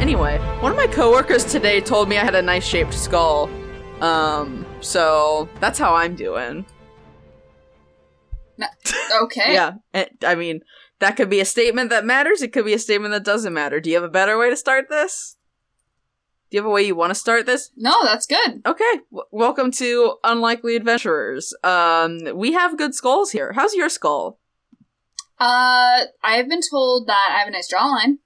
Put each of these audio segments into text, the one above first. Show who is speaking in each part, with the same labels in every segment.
Speaker 1: Anyway, one of my coworkers today told me I had a nice shaped skull. Um, so that's how I'm doing.
Speaker 2: Okay.
Speaker 1: Yeah, and, I mean, that could be a statement that matters. It could be a statement that doesn't matter. Do you have a better way to start this? Do you have a way you want to start this?
Speaker 2: No, that's good.
Speaker 1: Okay, w- welcome to Unlikely Adventurers. Um, we have good skulls here. How's your skull?
Speaker 2: Uh, I've been told that I have a nice jawline.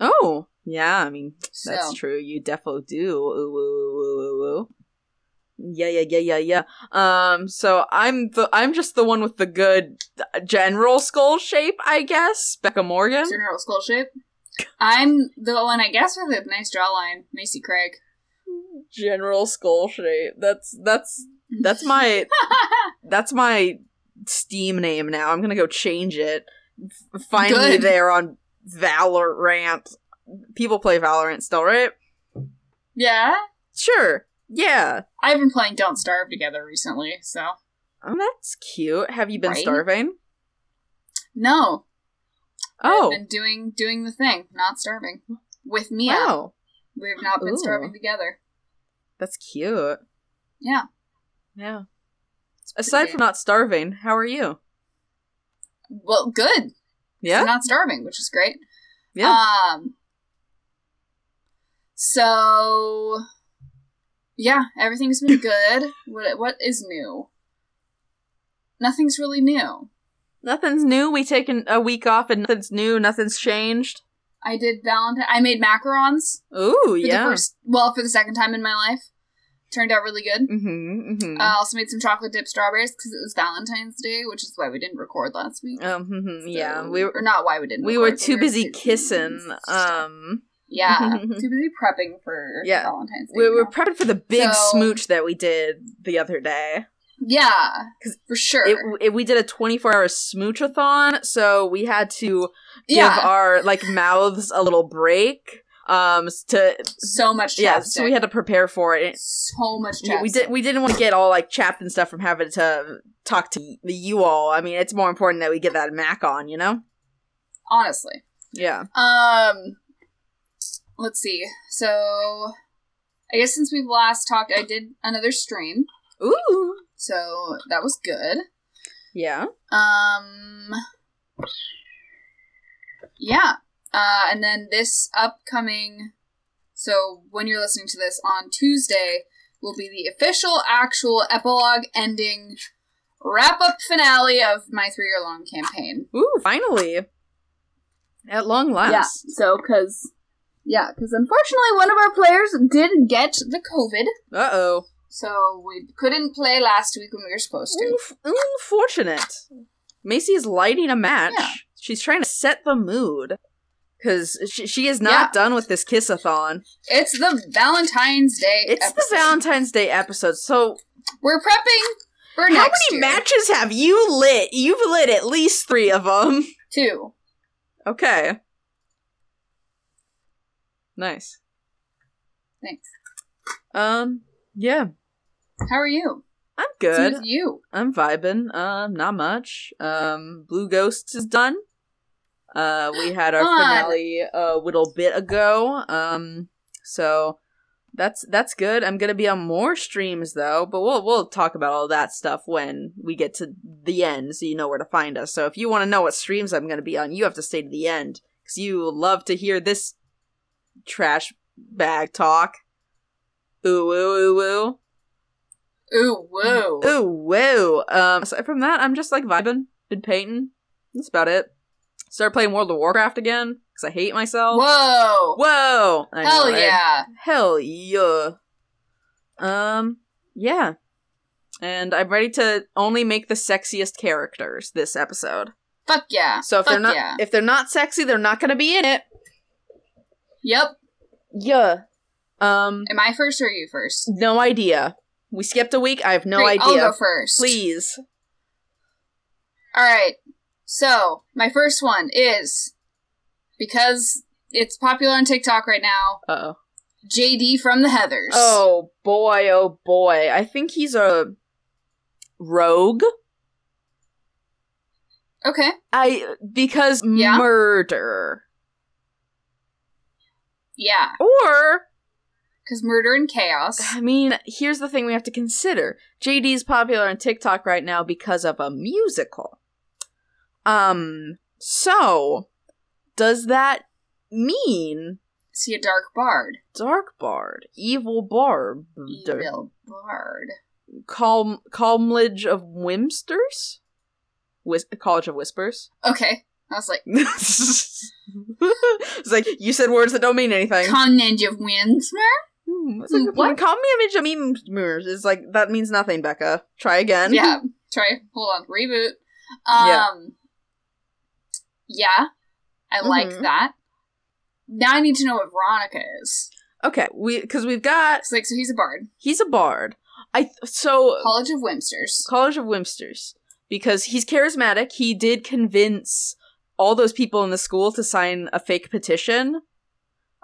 Speaker 1: Oh, yeah. I mean,
Speaker 2: So
Speaker 1: that's true. You defo do. Ooh, ooh, ooh, ooh, ooh, ooh. Yeah, yeah, yeah, yeah, yeah. Um, so I'm the I'm just the one with the good general skull shape, I guess. Becca Morgan.
Speaker 2: it's your neural skull shape. I'm the one, I guess, with a nice jawline, Macy Craig.
Speaker 1: General skull shape. That's that's that's my that's my Steam name now. I'm gonna go change it. F- Find me
Speaker 2: Good.
Speaker 1: there on Valorant. People play Valorant still, right?
Speaker 2: yeah,
Speaker 1: Sure. Yeah.
Speaker 2: I've been playing Don't Starve together recently, so
Speaker 1: Oh, that's cute. Have you been
Speaker 2: Right?
Speaker 1: starving?
Speaker 2: no.
Speaker 1: Oh,
Speaker 2: I've been doing doing the thing, not starving with Mia.
Speaker 1: wow.
Speaker 2: We've not been
Speaker 1: Ooh.
Speaker 2: starving together.
Speaker 1: That's cute.
Speaker 2: Yeah.
Speaker 1: Yeah.
Speaker 2: it's pretty
Speaker 1: Aside
Speaker 2: good.
Speaker 1: from not starving, how are you?
Speaker 2: well, good.
Speaker 1: Yeah?
Speaker 2: So not starving, which is great.
Speaker 1: Yeah.
Speaker 2: Um. So, yeah, everything's been good. what What is new? Nothing's really new.
Speaker 1: nothing's new. We taken a week off and nothing's new. Nothing's changed.
Speaker 2: I did Valentine. I made macarons.
Speaker 1: Ooh,
Speaker 2: For
Speaker 1: yeah.
Speaker 2: The first, well, for the second time in my life, turned out really good.
Speaker 1: mm-hmm. mm-hmm.
Speaker 2: I also made some chocolate dipped strawberries because it was Valentine's Day, which is why we didn't record last week.
Speaker 1: um, mhm, yeah.
Speaker 2: So-
Speaker 1: We were
Speaker 2: or not why we didn't.
Speaker 1: we
Speaker 2: record,
Speaker 1: were
Speaker 2: but
Speaker 1: too busy kissing.
Speaker 2: stuff.
Speaker 1: Um,
Speaker 2: yeah, too busy prepping for
Speaker 1: Yeah.
Speaker 2: Valentine's Day.
Speaker 1: we
Speaker 2: you
Speaker 1: were
Speaker 2: know?
Speaker 1: prepping for the big
Speaker 2: So-
Speaker 1: smooch that we did the other day.
Speaker 2: yeah,
Speaker 1: 'Cause
Speaker 2: for sure.
Speaker 1: It, it, we did a 24-hour smoochathon, so we had to give
Speaker 2: yeah,
Speaker 1: our like mouths a little break. Um, to
Speaker 2: so much.
Speaker 1: yeah, so we
Speaker 2: chapstick.
Speaker 1: had to prepare for it.
Speaker 2: so much.
Speaker 1: Yeah, we
Speaker 2: chapstick.
Speaker 1: did. We didn't want to get all like chapped and stuff from having to talk to y- the you all. I mean, it's more important that we get that Mac on, you know?
Speaker 2: honestly.
Speaker 1: Yeah.
Speaker 2: Um, let's see. So, I guess since we've last talked, I did another stream,
Speaker 1: Ooh.
Speaker 2: so that was good.
Speaker 1: Yeah.
Speaker 2: Um, yeah. Uh, and then this upcoming, so when you're listening to this on Tuesday, will be the official, actual epilogue ending wrap up finale of my three year long campaign.
Speaker 1: Ooh. Finally. At long last.
Speaker 2: Yeah. So, because. Yeah, because unfortunately one of our players did get the COVID,
Speaker 1: Uh oh.
Speaker 2: so we couldn't play last week when we were supposed to.
Speaker 1: Unfortunate. Macy is lighting a match.
Speaker 2: Yeah.
Speaker 1: She's trying to set the mood because she, she is not done with this kiss-a-thon.
Speaker 2: It's the Valentine's Day.
Speaker 1: It's the
Speaker 2: episode.
Speaker 1: Valentine's Day episode, so
Speaker 2: We're prepping for
Speaker 1: how
Speaker 2: next
Speaker 1: many
Speaker 2: year.
Speaker 1: matches have you lit? You've lit at least three of them.
Speaker 2: Two.
Speaker 1: Okay. Nice.
Speaker 2: Thanks.
Speaker 1: Um, yeah,
Speaker 2: How are you?
Speaker 1: I'm
Speaker 2: It's
Speaker 1: good.
Speaker 2: with you.
Speaker 1: I'm vibing. Um, not much. Um, Blue Ghosts is done. Uh, we had our
Speaker 2: Fun.
Speaker 1: finale a little bit ago. Um, so that's that's good. I'm gonna be on more streams though, but we'll we'll talk about all that stuff when we get to the end, so you know where to find us. So if you want to know what streams I'm gonna be on, you have to stay to the end because you love to hear this trash bag talk. Ooh ooh ooh ooh.
Speaker 2: Ooh, whoa.
Speaker 1: Ooh, whoa. Um, aside from that, I'm just like vibing, been painting. That's about it. Started playing World of Warcraft again because I hate myself.
Speaker 2: Whoa.
Speaker 1: Whoa! I know,
Speaker 2: Hell
Speaker 1: right?
Speaker 2: yeah.
Speaker 1: Hell yeah. Um, yeah. And I'm ready to only make the sexiest characters this episode.
Speaker 2: Fuck yeah.
Speaker 1: So if
Speaker 2: Fuck
Speaker 1: they're not
Speaker 2: yeah.
Speaker 1: if they're not sexy, they're not gonna be in it.
Speaker 2: Yep.
Speaker 1: Yeah. Um,
Speaker 2: Am I first or are you first?
Speaker 1: no idea. We skipped a week. I have no
Speaker 2: Great, Oh,
Speaker 1: idea.
Speaker 2: I'll go first.
Speaker 1: Please.
Speaker 2: All right. So my first one is because it's popular on TikTok right now.
Speaker 1: Uh oh.
Speaker 2: JD from the Heathers.
Speaker 1: Oh boy, oh boy. I think he's a rogue.
Speaker 2: Okay.
Speaker 1: I because
Speaker 2: Yeah?
Speaker 1: murder.
Speaker 2: Yeah,
Speaker 1: Or
Speaker 2: because murder and chaos.
Speaker 1: I mean, here's the thing we have to consider. JD's popular on TikTok right now because of a musical. Um, so does that mean
Speaker 2: See a dark bard.
Speaker 1: Dark Bard, Evil Barb, Dar-
Speaker 2: Evil bard.
Speaker 1: Calm Calmledge of Whimsters? Whis- College of Whispers?
Speaker 2: Okay, I was like,
Speaker 1: it's like you said words that don't mean anything.
Speaker 2: con ninja of Windsor.
Speaker 1: Hmm, that's a good
Speaker 2: What?
Speaker 1: point. Calm image of mirrors. It's like that means nothing, Becca. Try again.
Speaker 2: yeah, try. Hold on, reboot.
Speaker 1: Yeah.
Speaker 2: Um, yeah, I like
Speaker 1: Mhm.
Speaker 2: that. Now I need to know what Veronica is.
Speaker 1: Okay, we because we've got
Speaker 2: It's like, so he's a bard,
Speaker 1: he's a bard. I so
Speaker 2: College of Whimsters.
Speaker 1: College of Whimsters because he's charismatic. He did convince all those people in the school to sign a fake petition,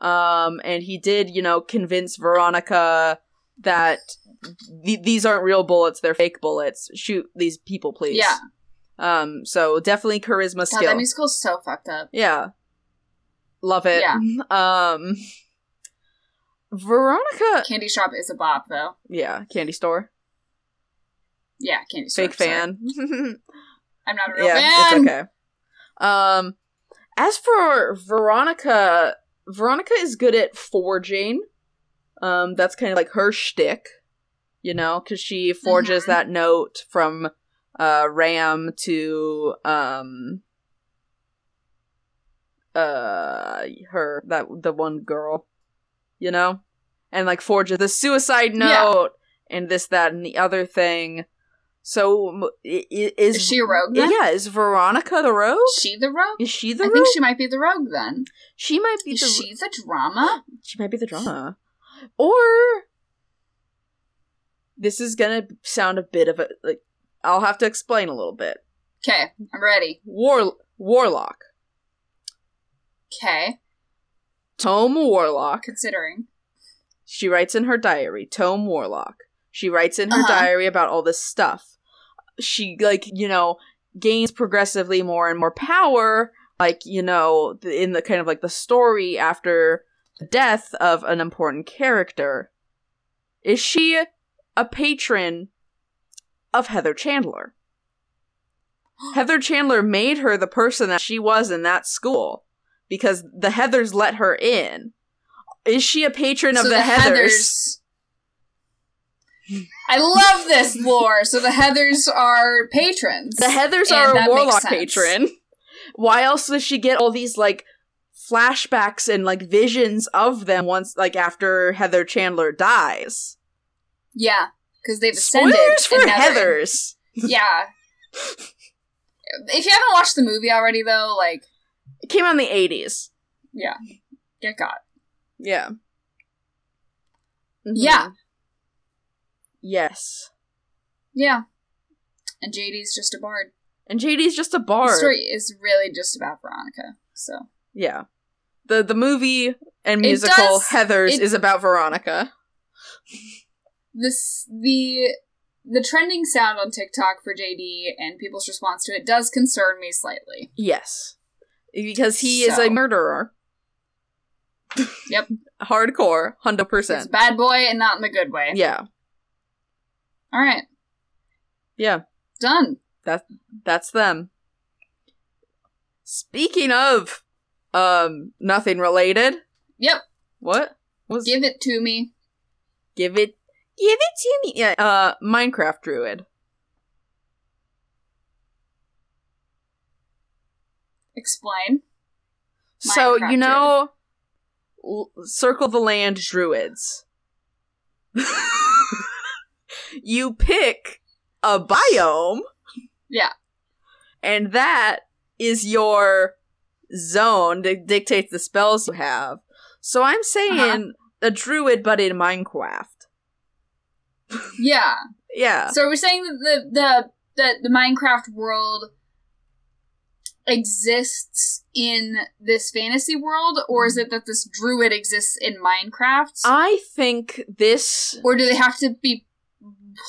Speaker 1: um, and he did you know convince Veronica that th- these aren't real bullets; they're fake bullets. Shoot these people, please.
Speaker 2: Yeah.
Speaker 1: Um. So definitely charisma
Speaker 2: God,
Speaker 1: skill.
Speaker 2: that musical's so fucked up.
Speaker 1: Yeah. Love it.
Speaker 2: Yeah.
Speaker 1: Um Veronica
Speaker 2: Candy Shop is a bop, though.
Speaker 1: Yeah, candy store.
Speaker 2: Yeah, Candy Shop.
Speaker 1: Fake
Speaker 2: sorry.
Speaker 1: fan.
Speaker 2: I'm not a real
Speaker 1: yeah,
Speaker 2: fan.
Speaker 1: it's okay. Um as for Veronica, Veronica is good at forging. Um that's kind of like her shtick, you know, cuz she forges
Speaker 2: Mhm.
Speaker 1: that note from uh Ram to um uh her that the one girl you know and like forges the suicide
Speaker 2: Yeah.
Speaker 1: note and this that and the other thing so m- i- i- is
Speaker 2: Is she a rogue then?
Speaker 1: yeah is veronica the rogue
Speaker 2: Is she the rogue?
Speaker 1: is she the
Speaker 2: I
Speaker 1: rogue
Speaker 2: think she might be the rogue then.
Speaker 1: she might be
Speaker 2: Is
Speaker 1: the
Speaker 2: she the drama?
Speaker 1: she might be the drama or this is gonna sound a bit of a like i'll have to explain a little bit
Speaker 2: Okay, I'm ready.
Speaker 1: war warlock
Speaker 2: Okay,
Speaker 1: tome warlock
Speaker 2: considering.
Speaker 1: She writes in her diary, Tome Warlock. She writes in her
Speaker 2: Uh-huh.
Speaker 1: diary about all this stuff. She, like, you know, gains progressively more and more power, like, you know, th- in the kind of like the story after the death of an important character. Is she a patron of Heather Chandler? Heather Chandler made her the person that she was in that school because the Heathers let her in. Is she a patron of
Speaker 2: So
Speaker 1: the, Heathers?
Speaker 2: Heathers- I love this lore. So the Heathers are patrons.
Speaker 1: The Heathers
Speaker 2: And
Speaker 1: are
Speaker 2: that
Speaker 1: a
Speaker 2: makes
Speaker 1: warlock
Speaker 2: sense.
Speaker 1: patron. Why else does she get all these like flashbacks and like visions of them once like after Heather Chandler dies?
Speaker 2: yeah, because they've ascended.
Speaker 1: Spoilers for
Speaker 2: and now they're-
Speaker 1: Heathers.
Speaker 2: Yeah. If you haven't watched the movie already, though, like,
Speaker 1: It came out in the eighties.
Speaker 2: get got.
Speaker 1: Yeah. Mhm.
Speaker 2: Yeah.
Speaker 1: Yes.
Speaker 2: Yeah. And JD's just a bard.
Speaker 1: And JD's just a
Speaker 2: The
Speaker 1: bard.
Speaker 2: story is really just about Veronica. So
Speaker 1: Yeah. The the movie and
Speaker 2: It
Speaker 1: musical
Speaker 2: does-
Speaker 1: Heathers
Speaker 2: it-
Speaker 1: is about Veronica.
Speaker 2: this the the trending sound on TikTok for JD and people's response to it does concern me slightly.
Speaker 1: Yes. Because he is
Speaker 2: So.
Speaker 1: a murderer.
Speaker 2: Yep.
Speaker 1: Hardcore,
Speaker 2: It's
Speaker 1: 100%.
Speaker 2: bad boy and not in the good way.
Speaker 1: Yeah.
Speaker 2: All right.
Speaker 1: Yeah.
Speaker 2: Done.
Speaker 1: That's them. Speaking of um nothing related.
Speaker 2: Yep.
Speaker 1: What? What Was
Speaker 2: Give it to me.
Speaker 1: give it give it to me. Yeah, uh Minecraft Druid.
Speaker 2: Explain.
Speaker 1: so,
Speaker 2: Minecraft
Speaker 1: you know l- Circle the Land Druids. you pick a biome.
Speaker 2: Yeah.
Speaker 1: And that is your zone that dictates the spells you have. So I'm saying
Speaker 2: Uh-huh.
Speaker 1: a druid, but in Minecraft.
Speaker 2: Yeah.
Speaker 1: Yeah.
Speaker 2: So are we saying that the the that the Minecraft world exists in this fantasy world, or is it that this druid exists in Minecraft?
Speaker 1: I think this.
Speaker 2: or do they have to be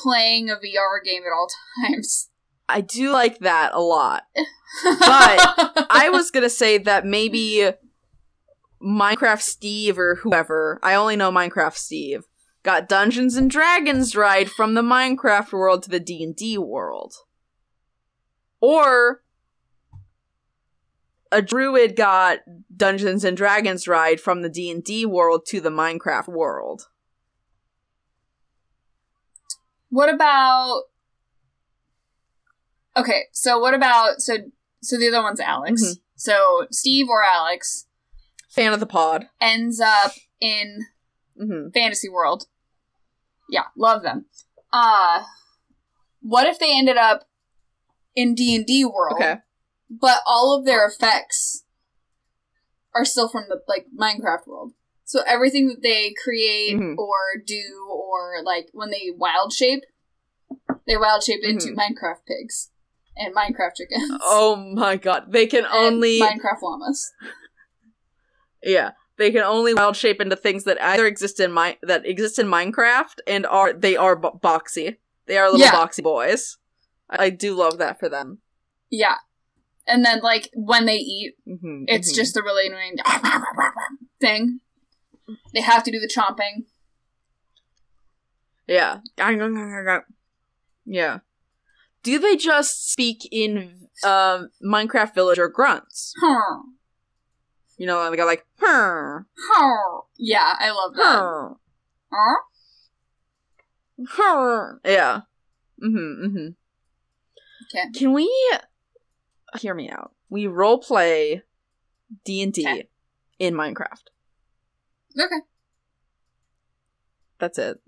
Speaker 2: playing a VR game at all times?
Speaker 1: I do like that a lot. But I was gonna say that maybe Minecraft Steve or whoever, I only know Minecraft Steve, got Dungeons and Dragons ride from the Minecraft world to the D&D world. Or a druid got Dungeons and Dragons ride from the D&D world to the Minecraft world.
Speaker 2: What about Okay, so what about so so the other one's Alex.
Speaker 1: Mhm.
Speaker 2: So Steve or Alex
Speaker 1: Fan of the pod.
Speaker 2: ends up in
Speaker 1: hmm
Speaker 2: fantasy world. Yeah, love them. Uh what if they ended up in D&D world?
Speaker 1: Okay.
Speaker 2: but all of their effects are still from the like Minecraft world. So everything that they create
Speaker 1: Mhm.
Speaker 2: or do or like when they wild shape, they wild shape into
Speaker 1: Mhm.
Speaker 2: Minecraft pigs and Minecraft chickens.
Speaker 1: Oh my god. They can
Speaker 2: and
Speaker 1: only
Speaker 2: Minecraft llamas.
Speaker 1: Yeah. They can only wild shape into things that either exist in my that exist in Minecraft and are they are bo- boxy. They are little
Speaker 2: Yeah.
Speaker 1: boxy boys. I, I do love that for them.
Speaker 2: Yeah. And then like when they eat,
Speaker 1: Mm-hmm,
Speaker 2: it's just the really annoying thing. They have to do the chomping.
Speaker 1: yeah. Yeah. Do they just speak in um, Minecraft villager grunts?
Speaker 2: Huh.
Speaker 1: You know, they go like, huh,
Speaker 2: Huh. Yeah, I love that.
Speaker 1: huh,
Speaker 2: Huh?
Speaker 1: huh. Yeah. Mm-hmm, mm-hmm.
Speaker 2: Okay.
Speaker 1: Can we hear me out? We role play D and D
Speaker 2: Okay.
Speaker 1: in Minecraft.
Speaker 2: Okay.
Speaker 1: That's it.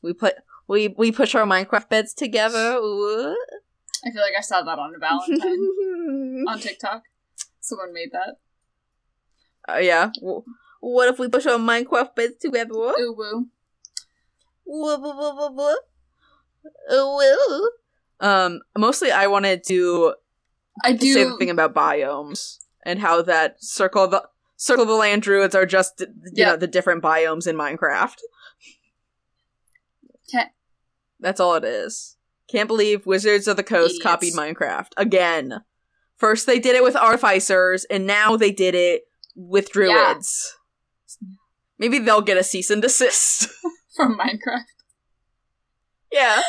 Speaker 1: We put we we push our Minecraft beds together. Ooh.
Speaker 2: I feel like I saw that on a Valentine. on TikTok. Someone made that.
Speaker 1: Uh, yeah. W- What if we push our Minecraft beds together? Ooh,
Speaker 2: Ooh woo.
Speaker 1: woo, woo, woo, woo. Ooh, woo. Uh, Um, mostly I wanted to
Speaker 2: I do.
Speaker 1: say the thing about biomes and how that circle of the circle of the land druids are just you
Speaker 2: Yeah.
Speaker 1: know the different biomes in Minecraft.
Speaker 2: 'Kay.
Speaker 1: That's all it is. Can't believe Wizards of the Coast
Speaker 2: Idiots.
Speaker 1: copied Minecraft again. First they did it with artificers, and now they did it with
Speaker 2: Yeah.
Speaker 1: druids. Maybe they'll get a cease and desist.
Speaker 2: from Minecraft.
Speaker 1: Yeah.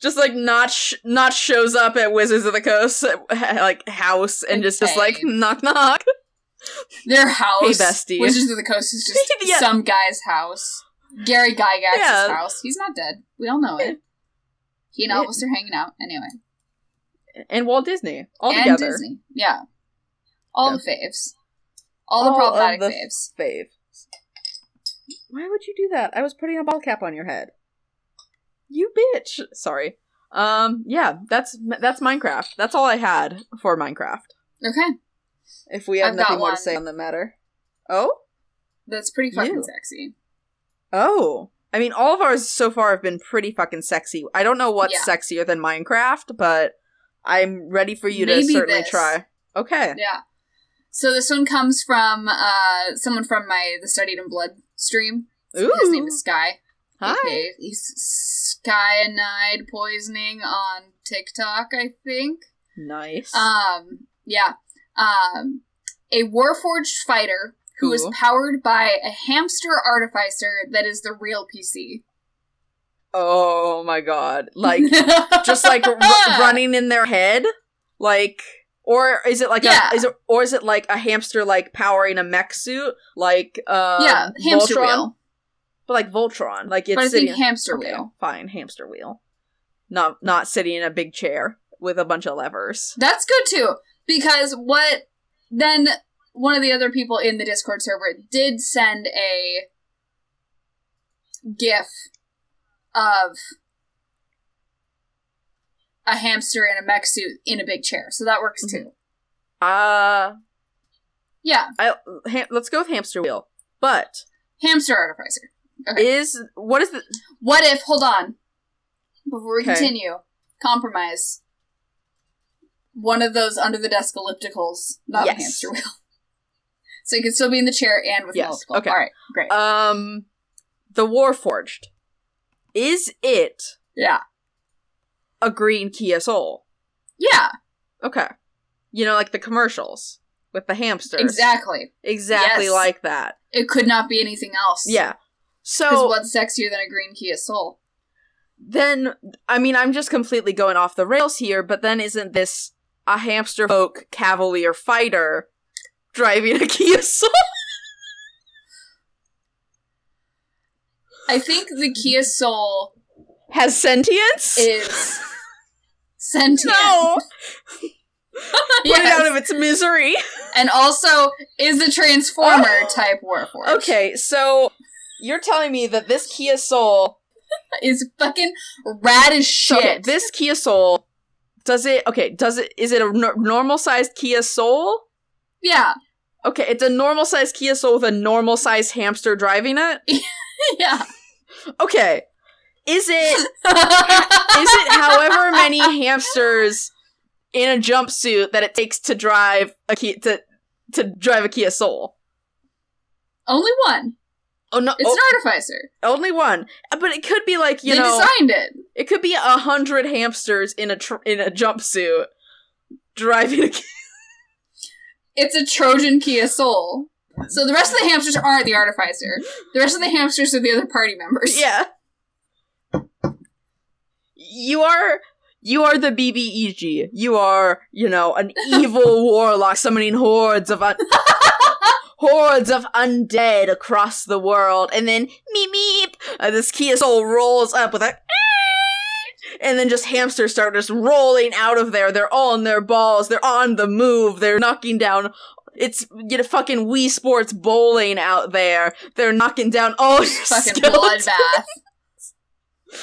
Speaker 1: just like Notch Notch shows up at Wizards of the Coast like house and just just like
Speaker 2: Okay.
Speaker 1: knock knock.
Speaker 2: Their house.
Speaker 1: Hey, bestie.
Speaker 2: Wizards of the Coast is just
Speaker 1: Yeah.
Speaker 2: some guy's house. Gary Gygax's
Speaker 1: Yeah.
Speaker 2: house. He's not dead. We all know it. He and
Speaker 1: Yeah.
Speaker 2: Elvis are hanging out anyway.
Speaker 1: And Walt Disney all
Speaker 2: and
Speaker 1: together.
Speaker 2: Disney. Yeah. All the faves. All the
Speaker 1: All of
Speaker 2: problematic
Speaker 1: the-
Speaker 2: faves.
Speaker 1: Fave. Why would you do that? I was putting a ball cap on your head. You bitch. Sorry. Um yeah, that's that's Minecraft. That's all I had for Minecraft.
Speaker 2: Okay.
Speaker 1: If we have
Speaker 2: I've got
Speaker 1: nothing more
Speaker 2: one.
Speaker 1: to say on the matter. Oh?
Speaker 2: That's pretty fucking
Speaker 1: You.
Speaker 2: sexy.
Speaker 1: Oh. I mean, all of ours so far have been pretty fucking sexy. I don't know what's
Speaker 2: Yeah.
Speaker 1: sexier than Minecraft, but I'm ready for you to
Speaker 2: Maybe
Speaker 1: certainly
Speaker 2: this.
Speaker 1: try. Okay.
Speaker 2: Yeah. So this one comes from uh, someone from my The Studied in Blood stream.
Speaker 1: Ooh.
Speaker 2: His name is Sky.
Speaker 1: Hi.
Speaker 2: Okay, he's cyanide poisoning on TikTok, I think.
Speaker 1: Nice.
Speaker 2: Um, yeah. Um, a Warforged fighter who is
Speaker 1: Cool.
Speaker 2: powered by a hamster artificer that is the real PC.
Speaker 1: oh my god. Like, just like r- running in their head? Like, or is it like
Speaker 2: Yeah.
Speaker 1: a, is it, or is it like a hamster like powering a mech suit? Like, um,
Speaker 2: yeah, hamster
Speaker 1: Voltron?
Speaker 2: wheel.
Speaker 1: But like Voltron. Like, it's
Speaker 2: But I
Speaker 1: sitting
Speaker 2: think hamster
Speaker 1: Okay,
Speaker 2: wheel.
Speaker 1: Fine, hamster wheel. Not not sitting in a big chair with a bunch of levers.
Speaker 2: That's good too, because what then one of the other people in the Discord server did send a gif of a hamster in a mech suit in a big chair. So that works too.
Speaker 1: Mm-hmm. Uh
Speaker 2: Yeah,
Speaker 1: I ha- let's go with hamster wheel. But
Speaker 2: hamster artificer. Okay.
Speaker 1: is what is the
Speaker 2: What if, hold on, before we
Speaker 1: Okay.
Speaker 2: continue, compromise. One of those under the desk ellipticals, not
Speaker 1: Yes.
Speaker 2: a hamster wheel. So you can still be in the chair and with an
Speaker 1: Yes,
Speaker 2: elliptical.
Speaker 1: okay.
Speaker 2: All right, great.
Speaker 1: um the warforged? Is it
Speaker 2: yeah.
Speaker 1: a green Kia Soul?
Speaker 2: Yeah.
Speaker 1: Okay. You know, like the commercials. with the hamsters.
Speaker 2: Exactly.
Speaker 1: Exactly
Speaker 2: Yes.
Speaker 1: like that.
Speaker 2: It could not be anything else.
Speaker 1: Yeah.
Speaker 2: Because
Speaker 1: So
Speaker 2: what's sexier than a green Kia Soul?
Speaker 1: then, I mean, I'm just completely going off the rails here, but then isn't this a hamster folk cavalier fighter driving a Kia Soul?
Speaker 2: I think the Kia Soul
Speaker 1: Has sentience?
Speaker 2: is sentient.
Speaker 1: no! Put
Speaker 2: Yes.
Speaker 1: it out of its misery.
Speaker 2: and also is a transformer type warforged.
Speaker 1: Oh. Okay, so you're telling me that this Kia Soul
Speaker 2: is fucking rad as
Speaker 1: So,
Speaker 2: shit.
Speaker 1: okay, this Kia Soul does it? Okay, does it? Is it a normal sized Kia Soul?
Speaker 2: yeah,
Speaker 1: Okay, it's a normal sized Kia Soul with a normal sized hamster driving it.
Speaker 2: yeah.
Speaker 1: Okay, is it? Is it however many hamsters in a jumpsuit that it takes to drive a Kia to to drive a Kia Soul?
Speaker 2: Only one.
Speaker 1: Oh no,
Speaker 2: It's
Speaker 1: oh,
Speaker 2: an artificer.
Speaker 1: only one. But it could be like you
Speaker 2: they
Speaker 1: know,
Speaker 2: designed it.
Speaker 1: it could be a hundred hamsters in a tr- in a jumpsuit driving a Kia.
Speaker 2: It's a Trojan Kia Soul. So the rest of the hamsters aren't the artificer. The rest of the hamsters are the other party members.
Speaker 1: Yeah. You are you are the BBEG. You are, you know, an evil warlock summoning hordes of un- hordes of undead across the world, and then meep meep. Uh, this Kia Soul rolls up with a. And then just hamsters start just rolling out of there. They're on their balls. They're on the move. They're knocking down. It's you know fucking Wii Sports bowling out there. They're knocking down all your
Speaker 2: Fucking
Speaker 1: skeletons.
Speaker 2: bloodbath.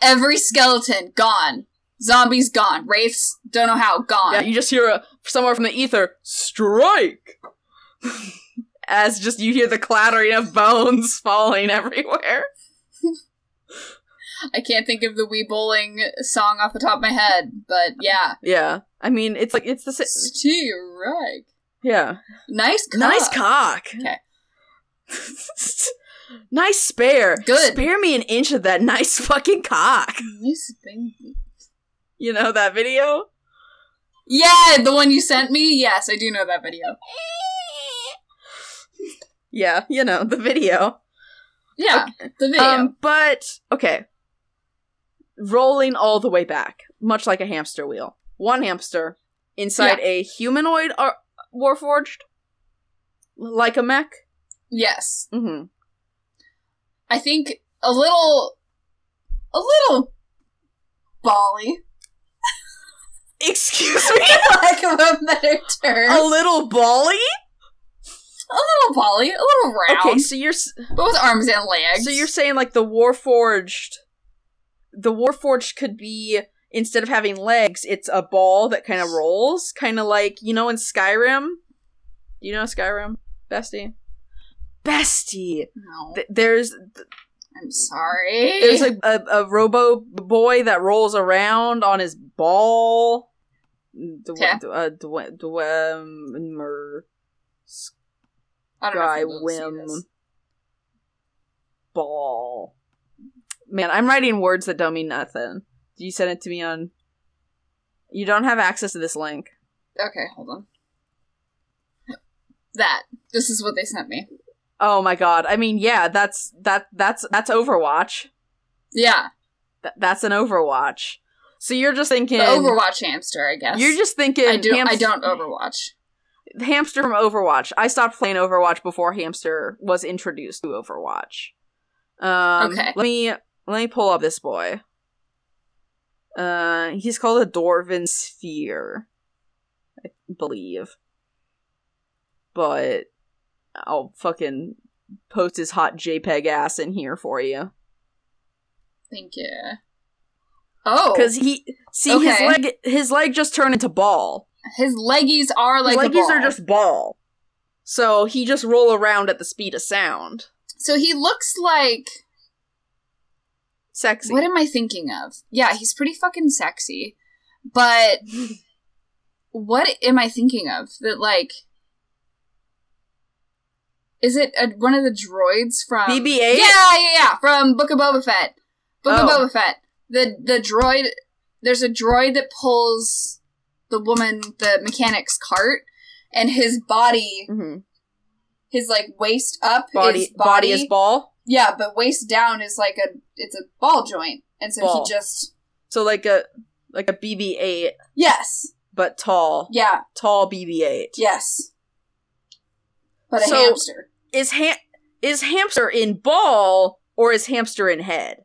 Speaker 2: Every skeleton gone. Zombies gone. Wraiths don't know how gone.
Speaker 1: Yeah, Ah, you just hear a, somewhere from the ether, strike! As just you hear the clattering of bones falling everywhere.
Speaker 2: I can't think of the Wee Bowling song off the top of my head, but yeah.
Speaker 1: Yeah. I mean, it's like, it's the same.
Speaker 2: Strike.
Speaker 1: Yeah.
Speaker 2: Nice cock.
Speaker 1: Nice cock.
Speaker 2: Okay.
Speaker 1: nice spare.
Speaker 2: Good.
Speaker 1: Spare me an inch of that nice fucking cock.
Speaker 2: Nice baby.
Speaker 1: You know that video?
Speaker 2: Yeah, the one you sent me? Yes, I do know that video.
Speaker 1: Yeah, you know, the video.
Speaker 2: Yeah, the video.
Speaker 1: Um, but okay, rolling all the way back, much like a hamster wheel. One hamster inside a humanoid ar- warforged, like a mech.
Speaker 2: yes.
Speaker 1: Mm-hmm.
Speaker 2: I think a little. A little. Bally.
Speaker 1: Excuse me,
Speaker 2: Lack of a better term. A,
Speaker 1: a little bally.
Speaker 2: little bally, a little round.
Speaker 1: Okay, so you're s-
Speaker 2: But with arms and legs.
Speaker 1: so you're saying like the warforged, the warforged could be instead of having legs, it's a ball that kind of rolls, kind of like you know in Skyrim. You know Skyrim, bestie, bestie.
Speaker 2: No,
Speaker 1: th- there's
Speaker 2: I'm sorry.
Speaker 1: there's a, a, a robo boy that rolls around on his ball. Dw-
Speaker 2: Yeah.
Speaker 1: dw- uh, dw- dwemer
Speaker 2: I don't know if
Speaker 1: guy
Speaker 2: you're able to see
Speaker 1: whim
Speaker 2: this.
Speaker 1: ball. Man, I'm writing words that don't mean nothing. You sent it to me on. You don't have access to this link.
Speaker 2: Okay, hold on. That. This is what they sent me.
Speaker 1: Oh my god! I mean, yeah, that's that that's that's Overwatch.
Speaker 2: Yeah,
Speaker 1: Th- that's an Overwatch. So you're just thinking
Speaker 2: the Overwatch hamster, I guess.
Speaker 1: You're just thinking
Speaker 2: I do. I
Speaker 1: hamster-
Speaker 2: don't Overwatch.
Speaker 1: The hamster from Overwatch. I stopped playing Overwatch before hamster was introduced to Overwatch. Um,
Speaker 2: Okay.
Speaker 1: Let me let me pull up this boy. Uh, he's called a Dwarven Sphere, I believe. But I'll fucking post his hot JPEG ass in here for you
Speaker 2: Thank you. Oh,
Speaker 1: because he see his
Speaker 2: Okay.
Speaker 1: leg his leg just turned into ball.
Speaker 2: his leggies are like
Speaker 1: His
Speaker 2: a
Speaker 1: leggies
Speaker 2: ball.
Speaker 1: are just ball, so he just roll around at the speed of sound.
Speaker 2: So he looks like.
Speaker 1: sexy.
Speaker 2: What am I thinking of? Yeah, he's pretty fucking sexy, but what am I thinking of? That like. Is it a, one of the droids from
Speaker 1: BB-8?
Speaker 2: Yeah, yeah, yeah, from Book of Boba Fett. Book
Speaker 1: Oh.
Speaker 2: of Boba Fett. The the droid. There's a droid that pulls the woman, the mechanic's cart, and his body,
Speaker 1: Mhm.
Speaker 2: his like waist up,
Speaker 1: Body,
Speaker 2: is
Speaker 1: body is ball.
Speaker 2: yeah, but waist down is like a it's a ball joint, and so
Speaker 1: Ball.
Speaker 2: he just
Speaker 1: So like a like a BB-8,
Speaker 2: yes,
Speaker 1: but tall,
Speaker 2: yeah,
Speaker 1: tall BB-8.
Speaker 2: yes, but a
Speaker 1: So-
Speaker 2: hamster.
Speaker 1: Is ha- is hamster in ball or is hamster in head?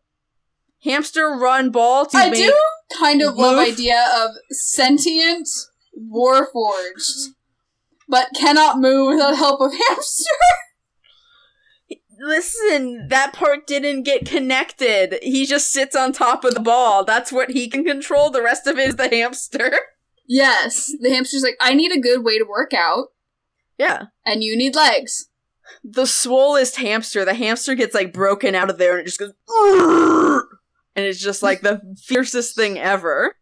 Speaker 1: Hamster run ball to
Speaker 2: I
Speaker 1: make
Speaker 2: do kind of love
Speaker 1: Move.
Speaker 2: idea of sentient warforged, but cannot move without help of hamster.
Speaker 1: Listen, that part didn't get connected. He just sits on top of the ball. That's what he can control. The rest of it is the hamster.
Speaker 2: Yes, the hamster's like, I need a good way to work out,
Speaker 1: Yeah.
Speaker 2: and you need legs.
Speaker 1: The swollest hamster, the hamster gets like broken out of there and it just goes "Urgh," and it's just like the fiercest thing ever.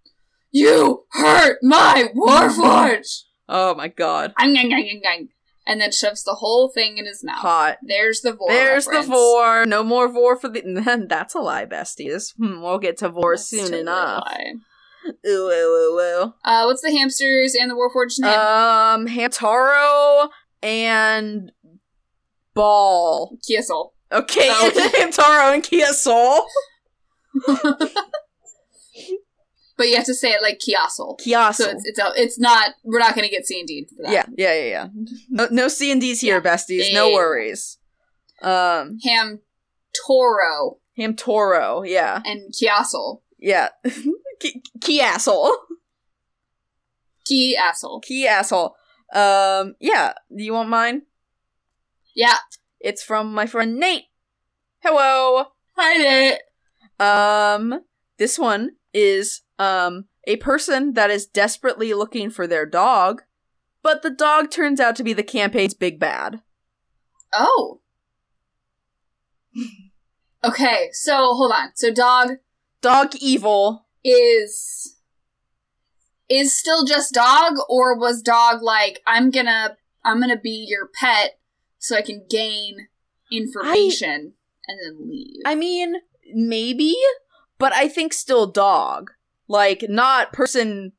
Speaker 2: You hurt my warforged.
Speaker 1: Oh my god.
Speaker 2: Ang, ang, ang, ang, ang. And then shoves the whole thing in his mouth.
Speaker 1: Hot.
Speaker 2: There's the vor.
Speaker 1: There's
Speaker 2: reference.
Speaker 1: the vor. No more vor for the. That's a lie, besties. Hmm, we'll get to vor
Speaker 2: That's
Speaker 1: soon
Speaker 2: totally a
Speaker 1: enough.
Speaker 2: lie.
Speaker 1: Ooh, ooh, ooh,
Speaker 2: Uh, what's the hamsters and the warforged
Speaker 1: ooh.
Speaker 2: name?
Speaker 1: Um, Hamtaro and Ball.
Speaker 2: Kiesel.
Speaker 1: Okay,
Speaker 2: Oh,
Speaker 1: Hamtaro and Kia Soul.
Speaker 2: But you have to say it like Kiasel.
Speaker 1: Kia
Speaker 2: So
Speaker 1: Soul.
Speaker 2: it's it's, a, it's not we're not gonna get C and D for that.
Speaker 1: yeah, yeah, yeah, yeah. No, no C and D's here, besties.
Speaker 2: Yeah,
Speaker 1: No
Speaker 2: yeah, yeah.
Speaker 1: worries. Um,
Speaker 2: Ham Toro
Speaker 1: Hamtaro. Yeah,
Speaker 2: and Kiasel.
Speaker 1: yeah. Ki- Kia asshole.
Speaker 2: Key asshole.
Speaker 1: Kia asshole. Um, yeah. Do you want mine?
Speaker 2: Yeah.
Speaker 1: It's from my friend Nate. Hello.
Speaker 2: Hi there.
Speaker 1: Um, this one is um a person that is desperately looking for their dog, but the dog turns out to be the campaign's big bad.
Speaker 2: Oh. Okay, so hold on. So dog
Speaker 1: Dog evil.
Speaker 2: is is still just dog or was dog like I'm gonna I'm gonna be your pet so I can gain information and then leave.
Speaker 1: I mean, maybe, but I think still dog. Like not person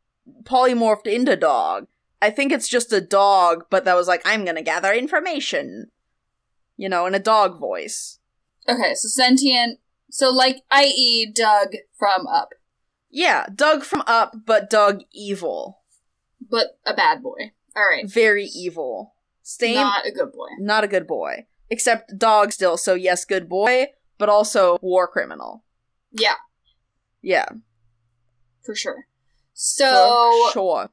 Speaker 1: polymorphed into dog. I think it's just a dog, but that was like I'm gonna gather information. You know, in a dog voice.
Speaker 2: okay, so sentient so like i.e. Doug from up,
Speaker 1: Yeah, Doug from Up, but Doug evil.
Speaker 2: but a bad boy. Alright.
Speaker 1: very evil. Same, not,
Speaker 2: Not a good boy.
Speaker 1: a good boy. Except dog still, so yes, good boy, but also war criminal.
Speaker 2: Yeah,
Speaker 1: Yeah,
Speaker 2: for sure. So
Speaker 1: for sure.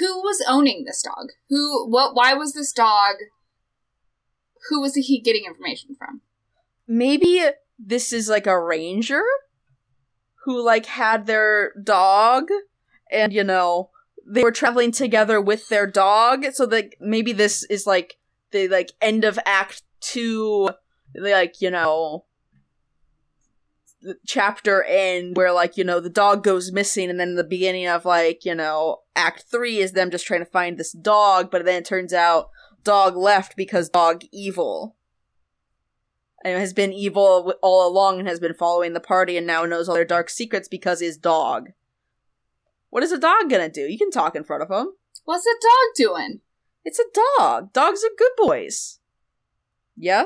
Speaker 2: who was owning this dog? Who? What? Why was this dog? Who was he getting information from?
Speaker 1: Maybe this is like a ranger who like had their dog and you know they were traveling together with their dog so like maybe this is like the like end of act 2 like you know the chapter end where like you know the dog goes missing and then the beginning of like you know act 3 is them just trying to find this dog but then it turns out dog left because dog evil and has been evil w- all along and has been following the party and now knows all their dark secrets because his dog what is a dog gonna do you can talk in front of him
Speaker 2: What's the dog doing?
Speaker 1: it's a dog dogs are good boys yeah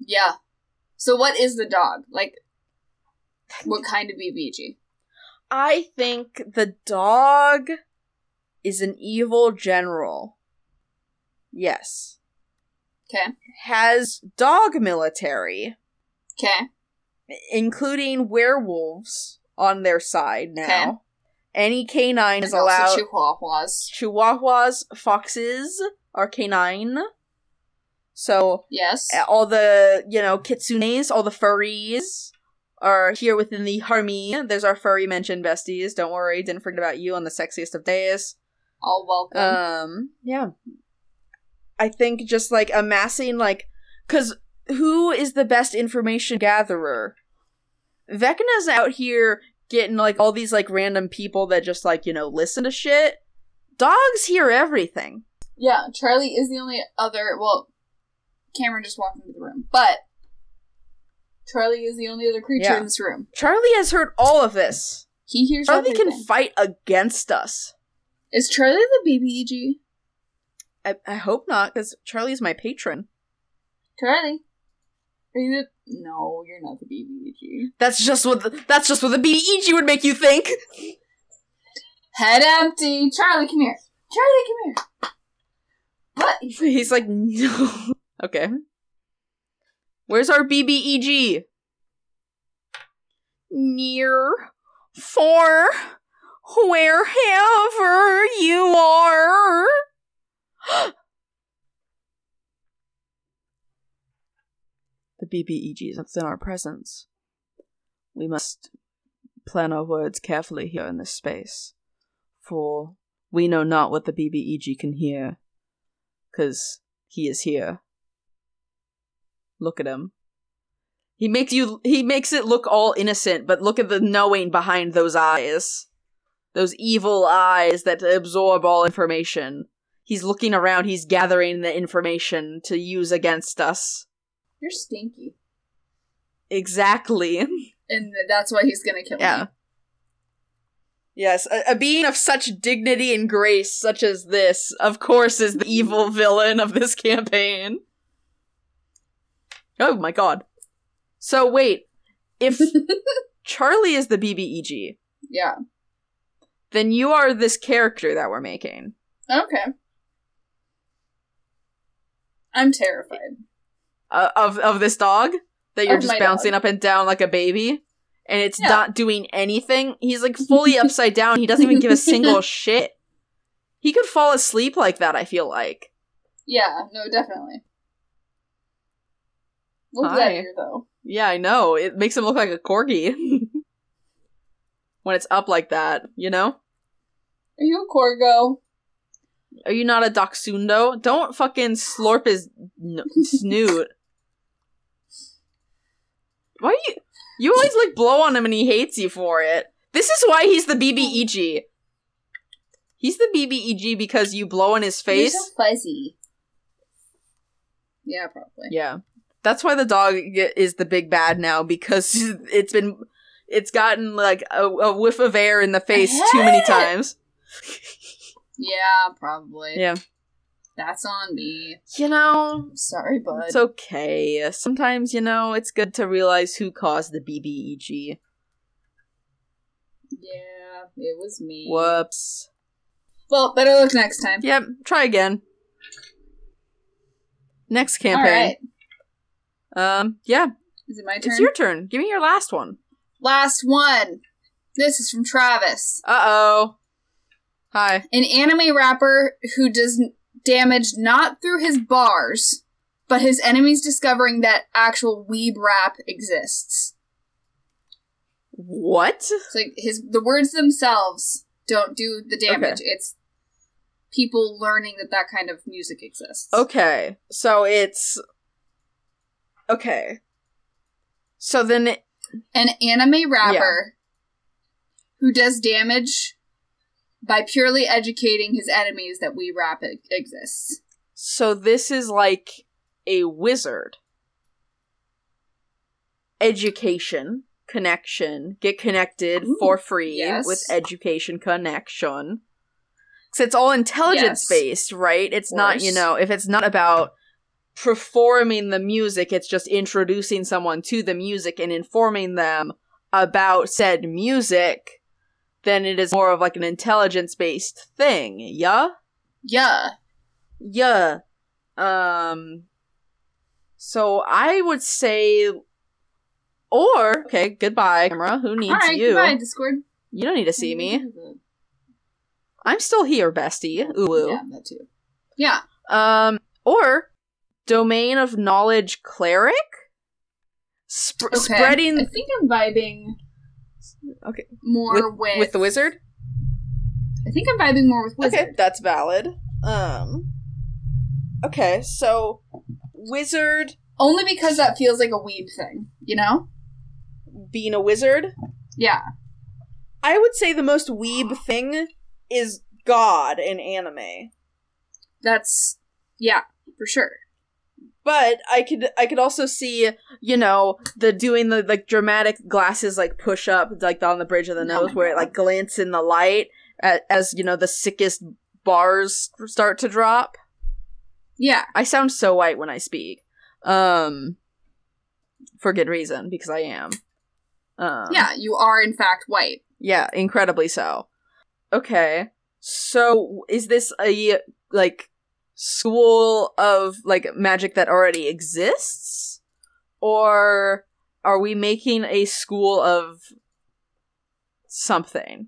Speaker 2: Yeah. So what is the dog like? What kind of BBG?
Speaker 1: I think the dog is an evil general. Yes.
Speaker 2: 'Kay.
Speaker 1: Has dog military,
Speaker 2: Okay.
Speaker 1: including werewolves on their side now.
Speaker 2: 'Kay.
Speaker 1: Any canine is allowed.
Speaker 2: Chihuahuas.
Speaker 1: Chihuahuas, foxes are canine. So
Speaker 2: Yes.
Speaker 1: all the you know kitsunes, all the furries are here within the harmony. There's our furry mention besties. Don't worry, didn't forget about you on the sexiest of days.
Speaker 2: All welcome.
Speaker 1: Um, yeah, I think just like amassing like, cause who is the best information gatherer? Vecna's out here getting like all these like random people that just like you know listen to shit. Dogs hear everything.
Speaker 2: yeah. Charlie is the only other. Well, Cameron just walked into the room, but Charlie is the only other creature
Speaker 1: Yeah.
Speaker 2: in this room.
Speaker 1: Charlie has heard all of this.
Speaker 2: He hears
Speaker 1: Charlie
Speaker 2: everything.
Speaker 1: can fight against us.
Speaker 2: is Charlie the BBG?
Speaker 1: I, I hope not, because Charlie's my patron.
Speaker 2: Charlie. Are you the No, you're not the BBG.
Speaker 1: That's just what the, that's just what the BEG would make you think.
Speaker 2: Head empty. Charlie, come here. Charlie, come here. But
Speaker 1: He's like, no. Okay. Where's our E BBEG? Near, for, wherever you are. the BBEG is in our presence. We must plan our words carefully here in this space, for we know not what the BBEG can hear because he is here. Look at him. He makes you. He makes it look all innocent, but look at the knowing behind those eyes. Those evil eyes that absorb all information. He's looking around. He's gathering the information to use against us.
Speaker 2: you're stinky.
Speaker 1: Exactly.
Speaker 2: And that's why he's gonna kill
Speaker 1: Yeah.
Speaker 2: me.
Speaker 1: Yes, a, a being of such dignity and grace, such as this, of course, is the evil villain of this campaign. Oh my god. So, wait, if Charlie is the BBEG,
Speaker 2: Yeah.
Speaker 1: then you are this character that we're making.
Speaker 2: Okay. I'm terrified.
Speaker 1: Uh, of, of this dog that you're
Speaker 2: Of
Speaker 1: just
Speaker 2: my
Speaker 1: bouncing up and down like a baby, and it's
Speaker 2: Yeah.
Speaker 1: not doing anything. He's like fully upside down. He doesn't even give a single shit. He could fall asleep like that, I feel like.
Speaker 2: Yeah, no, definitely. Look
Speaker 1: Hi.
Speaker 2: at you though.
Speaker 1: Yeah, I know. It makes him look like a corgi. when it's up like that, you know?
Speaker 2: Are you a Corgo?
Speaker 1: Are you not a dachshundio? Don't fucking slurp his n- snoot. Why you. You always like blow on him and he hates you for it. This is why he's the BBEG. He's the BBEG because you blow in his face.
Speaker 2: You're so fuzzy. Yeah, probably.
Speaker 1: Yeah. That's why the dog ge- is the big bad now because it's been it's gotten like a, a whiff of air in the face too many times.
Speaker 2: Yeah, probably.
Speaker 1: Yeah.
Speaker 2: That's on me.
Speaker 1: You know,
Speaker 2: I'm sorry, bud.
Speaker 1: it's okay. Sometimes, you know, it's good to realize who caused the E BBEG.
Speaker 2: yeah, it was me.
Speaker 1: Whoops.
Speaker 2: Well, better look next time.
Speaker 1: Yep, try again. Next campaign. Um, yeah,
Speaker 2: Is it my turn?
Speaker 1: it's your turn. Give me your last one.
Speaker 2: Last one. This is from Travis,
Speaker 1: Uh-oh. Hi.
Speaker 2: an anime rapper who does n- damage not through his bars, but his enemies discovering that actual weeb rap exists.
Speaker 1: What?
Speaker 2: It's like his the words themselves don't do the damage. It's people learning that that kind of music exists.
Speaker 1: Okay. So it's Okay. So then it-
Speaker 2: an anime rapper who does damage by purely educating his enemies that we rap e- exists.
Speaker 1: so this is like a wizard. Education, connection, get connected
Speaker 2: Ooh,
Speaker 1: for free
Speaker 2: yes.
Speaker 1: with education connection. Cuz it's all intelligence based, right? It's not, you
Speaker 2: course.
Speaker 1: know, if it's not about performing the music, it's just introducing someone to the music and informing them about said music, then it is more of like an intelligence based thing. Yeah?
Speaker 2: Yeah.
Speaker 1: Yeah. Um so I would say or okay, goodbye, camera. Who needs
Speaker 2: All right.
Speaker 1: you?
Speaker 2: Goodbye, Mm-hmm. Discord.
Speaker 1: You don't need to see me. I'm still here, bestie. Ooh. ooh.
Speaker 2: Yeah, that too. Yeah.
Speaker 1: Um or domain of knowledge cleric? Sp-
Speaker 2: Okay.
Speaker 1: spreading
Speaker 2: I think I'm vibing.
Speaker 1: Okay.
Speaker 2: More with,
Speaker 1: with the wizard?
Speaker 2: I think I'm vibing more with wizard.
Speaker 1: Okay, that's valid. Um Okay, so wizard
Speaker 2: Only because that feels like a weeb thing, you know?
Speaker 1: being a wizard
Speaker 2: Yeah.
Speaker 1: I would say the most weeb thing is God in anime.
Speaker 2: That's yeah, for sure.
Speaker 1: But I could I could also see, you know, the doing the like dramatic glasses like push up like on the bridge of the
Speaker 2: Oh my
Speaker 1: nose where it
Speaker 2: God.
Speaker 1: like glints in the light as, as you know the sickest bars start to drop.
Speaker 2: Yeah.
Speaker 1: I sound so white when I speak. Um for good reason because I am. Um
Speaker 2: yeah, you are in fact white.
Speaker 1: yeah, incredibly so. Okay. So is this a like school of like magic that already exists or are we making a school of something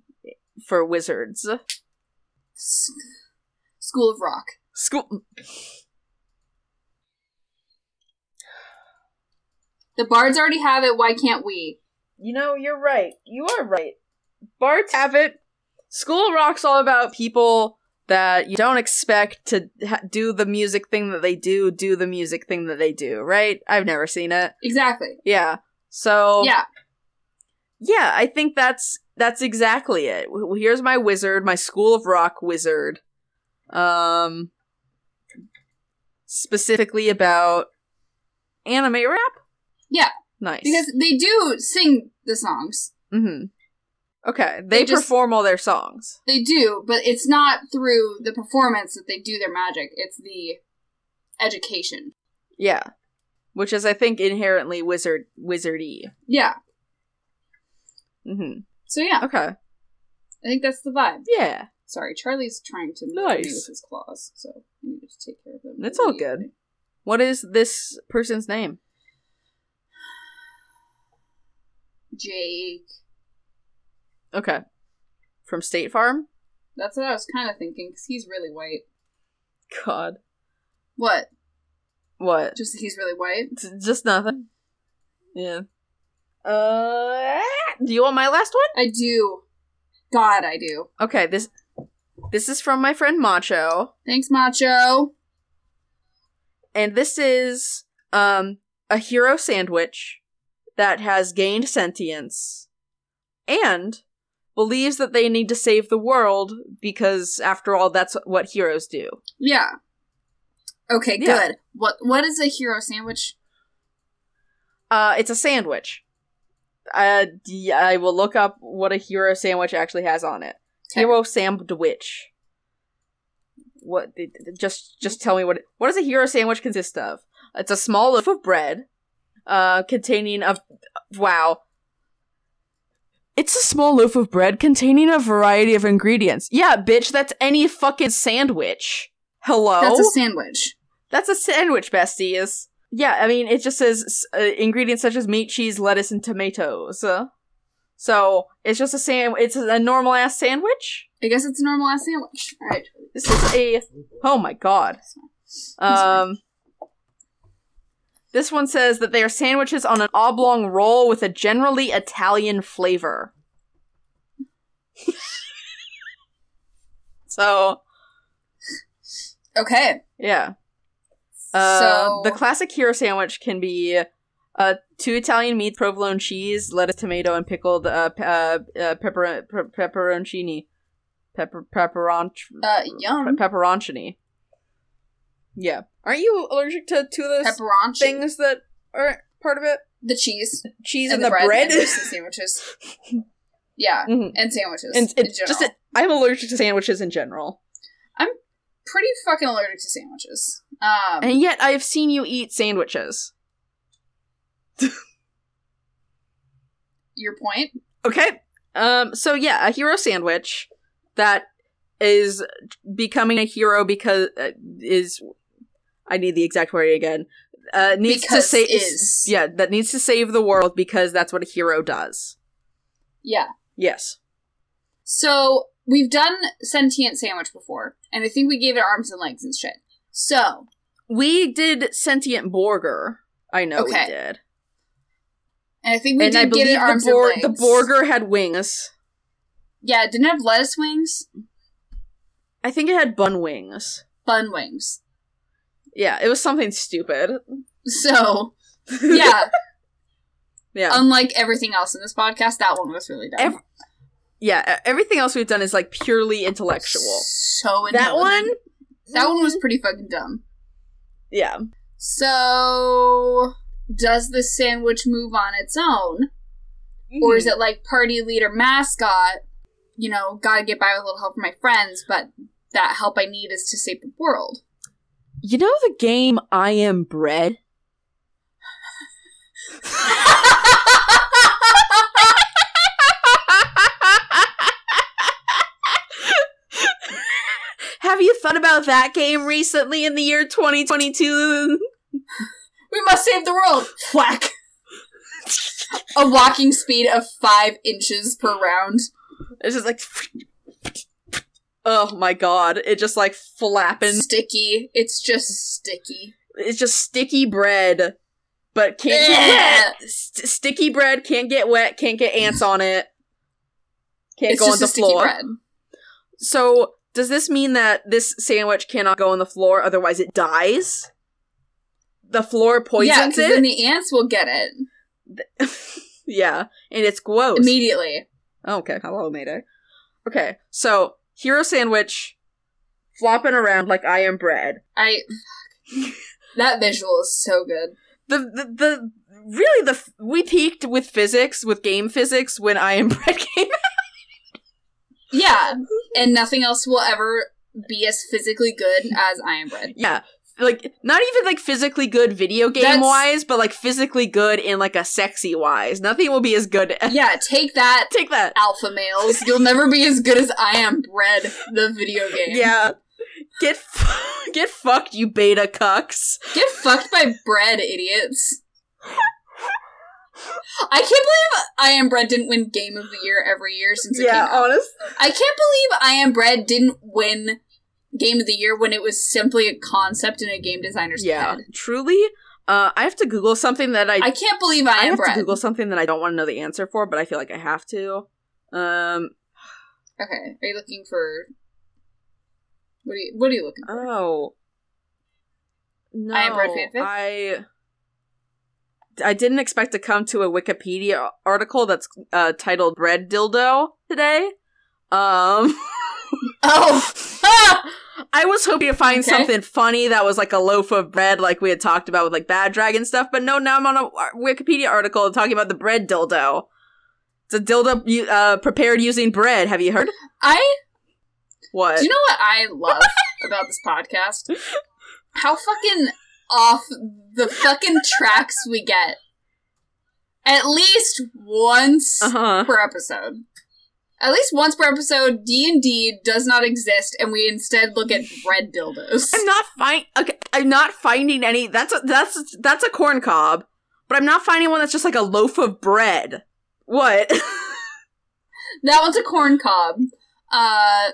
Speaker 1: for wizards?
Speaker 2: S- School of Rock.
Speaker 1: School
Speaker 2: The bards already have it. Why can't we?
Speaker 1: You know, you're right. You are right. Bards have it. School of Rock's all about people that you don't expect to ha- do the music thing that they do, do the music thing that they do, right? I've never seen it.
Speaker 2: Exactly.
Speaker 1: Yeah. So
Speaker 2: Yeah.
Speaker 1: yeah, I think that's that's exactly it. W- Here's my wizard, my School of Rock wizard. Um specifically about anime rap?
Speaker 2: Yeah.
Speaker 1: Nice.
Speaker 2: Because they do sing the songs.
Speaker 1: Mhm. Okay, they,
Speaker 2: They just-
Speaker 1: perform all their songs.
Speaker 2: They do, but it's not through the performance that they do their magic. It's the education.
Speaker 1: Yeah. Which is I think inherently wizard wizardy.
Speaker 2: Yeah.
Speaker 1: Mhm.
Speaker 2: So yeah,
Speaker 1: Okay.
Speaker 2: I think that's the vibe.
Speaker 1: Yeah.
Speaker 2: Sorry, Charlie's trying to move me
Speaker 1: Nice.
Speaker 2: with his claws, so I need to take care of them.
Speaker 1: It's all good. What is this person's name?
Speaker 2: Jake.
Speaker 1: Okay. From State Farm?
Speaker 2: That's what I was kind of thinking because he's really white.
Speaker 1: God.
Speaker 2: What?
Speaker 1: What?
Speaker 2: Just that he's really white.
Speaker 1: J- Just nothing. Yeah. Uh Do you want my last one?
Speaker 2: I do. God, I do.
Speaker 1: Okay, this this is from my friend Macho.
Speaker 2: Thanks, Macho.
Speaker 1: and this is um a hero sandwich that has gained sentience and believes that they need to save the world because after all that's what heroes do
Speaker 2: Yeah. Okay,
Speaker 1: Yeah.
Speaker 2: good. What What is a hero sandwich?
Speaker 1: uh it's a sandwich uh d- i will look up what a hero sandwich actually has on it
Speaker 2: Okay.
Speaker 1: hero sandwich what d- d- just just tell me what it, what does a hero sandwich consist of it's a small loaf of bread uh containing a wow it's a small loaf of bread containing a variety of ingredients yeah bitch that's any fucking sandwich hello
Speaker 2: That's a sandwich.
Speaker 1: that's a sandwich, besties. Yeah, I mean, it just says uh, ingredients such as meat, cheese, lettuce, and tomatoes. Uh, so it's just a sam. It's a normal ass sandwich.
Speaker 2: I guess it's a normal ass sandwich. All right.
Speaker 1: This is a. Oh my god. Um. This one says that they are sandwiches on an oblong roll with a generally Italian flavor. so
Speaker 2: Okay.
Speaker 1: Yeah.
Speaker 2: So-
Speaker 1: Uh, the classic hero sandwich can be uh, two Italian meat, provolone cheese, lettuce, tomato, and pickled uh, pe- uh, uh, pepper- pe- pepperoncini. Pepper- pepperon-
Speaker 2: Uh, yum.
Speaker 1: pepperoncini. Yeah. Aren't you allergic to two of those
Speaker 2: Pepperoni.
Speaker 1: things that aren't part of it?
Speaker 2: The cheese.
Speaker 1: Cheese
Speaker 2: And
Speaker 1: and,
Speaker 2: the, bread. And
Speaker 1: bread?
Speaker 2: just the sandwiches. Yeah.
Speaker 1: Mhm.
Speaker 2: And sandwiches.
Speaker 1: And
Speaker 2: in
Speaker 1: it's
Speaker 2: general.
Speaker 1: just, I'm allergic to sandwiches in general.
Speaker 2: pretty fucking allergic to sandwiches. Um,
Speaker 1: And yet, I have seen you eat sandwiches.
Speaker 2: your point?
Speaker 1: Okay. Um so yeah, a hero sandwich that is becoming a hero because uh, is I need the exact word again. Uh needs
Speaker 2: because
Speaker 1: to save
Speaker 2: is.
Speaker 1: yeah, that needs to save the world because that's what a hero does.
Speaker 2: yeah.
Speaker 1: Yes.
Speaker 2: So we've done sentient sandwich before, and I think we gave it arms and legs and shit. So
Speaker 1: We did sentient borger. I know
Speaker 2: Okay.
Speaker 1: we did.
Speaker 2: and I think we
Speaker 1: and I
Speaker 2: did get
Speaker 1: believe
Speaker 2: it arms
Speaker 1: the, bor-
Speaker 2: and
Speaker 1: the
Speaker 2: legs.
Speaker 1: borger had wings.
Speaker 2: Yeah, it didn't have lettuce wings,
Speaker 1: I think it had bun wings.
Speaker 2: bun wings.
Speaker 1: Yeah, it was something stupid.
Speaker 2: So yeah, Um,
Speaker 1: yeah.
Speaker 2: unlike everything else in this podcast, that one was really dumb.
Speaker 1: Ev- yeah, e- everything else we've done is like purely intellectual.
Speaker 2: So
Speaker 1: That one? Mm-hmm. Mm.
Speaker 2: intelligent. That one was pretty fucking dumb.
Speaker 1: Yeah.
Speaker 2: So does the sandwich move on its own? or
Speaker 1: Mm. Mm-hmm.
Speaker 2: is it like party leader mascot you know gotta get by with a little help from my friends but that help i need is to save the world
Speaker 1: You know the game I Am Bread? Have you thought about that game recently in the year 2022?
Speaker 2: we must save the world. Whack. A walking speed of five inches per round.
Speaker 1: It's just like. Oh my god. It just like flapping.
Speaker 2: Sticky. It's just sticky.
Speaker 1: It's just sticky bread, but can't get wet. St- sticky bread can't get wet, can't get ants on it, can't
Speaker 2: it's
Speaker 1: go on
Speaker 2: just
Speaker 1: the
Speaker 2: a sticky
Speaker 1: floor.
Speaker 2: bread.
Speaker 1: So, does this mean that this sandwich cannot go on the floor, otherwise it dies? The floor
Speaker 2: yeah,
Speaker 1: poisons
Speaker 2: 'cause
Speaker 1: it?
Speaker 2: then the ants will get it
Speaker 1: yeah, and it's gross.
Speaker 2: immediately.
Speaker 1: Oh, okay, hello, Mayday. Okay, so, hero sandwich flopping around like I am bread.
Speaker 2: I. that visual is so good.
Speaker 1: the the, the really the f- we peaked with physics with game physics when I am bread came. out.
Speaker 2: Yeah, and nothing else will ever be as physically good as I Am Bread.
Speaker 1: yeah, like not even like physically good video game
Speaker 2: That's-
Speaker 1: wise, but like physically good in like a sexy wise. Nothing will be as good. As-
Speaker 2: Yeah, take that,
Speaker 1: Take that.
Speaker 2: alpha males. You'll never be as good as I Am Bread, the video game.
Speaker 1: Yeah, get f- get fucked, you beta cucks.
Speaker 2: Get fucked by bread, idiots. I can't believe I Am Bread didn't win Game of the Year every year since it came out.
Speaker 1: honest.
Speaker 2: I can't believe I Am Bread didn't win Game of the Year when it was simply a concept in a game designer's
Speaker 1: Yeah,
Speaker 2: head.
Speaker 1: truly. Uh, I have to Google something that I
Speaker 2: I can't believe I,
Speaker 1: I
Speaker 2: Am
Speaker 1: have
Speaker 2: Bread.
Speaker 1: to Google something that I don't want to know the answer for, but I feel like I have to. Um,
Speaker 2: Okay, are you looking for? What are you What are you looking for?
Speaker 1: Oh. No.
Speaker 2: I am Red Fanfic?
Speaker 1: I I didn't expect to come to a Wikipedia article that's uh, titled "Bread Dildo" today. Um,
Speaker 2: oh,
Speaker 1: I was hoping to find
Speaker 2: Okay.
Speaker 1: something funny that was like a loaf of bread, like we had talked about with like Bad Dragon stuff. But no, now I'm on a uh, Wikipedia article talking about the bread dildo. It's a dildo you- uh, prepared using bread. Have you heard?
Speaker 2: I.
Speaker 1: What?
Speaker 2: Do you know what I love about this podcast? How fucking off the fucking tracks we get. At least once
Speaker 1: uh huh.
Speaker 2: per episode. At least once per episode, D and D does not exist, and we instead look at bread dildos.
Speaker 1: I'm not find. Okay, I'm not finding any. That's a that's that's a corn cob, but I'm not finding one that's just like a loaf of bread. What?
Speaker 2: That one's a corn cob. Uh,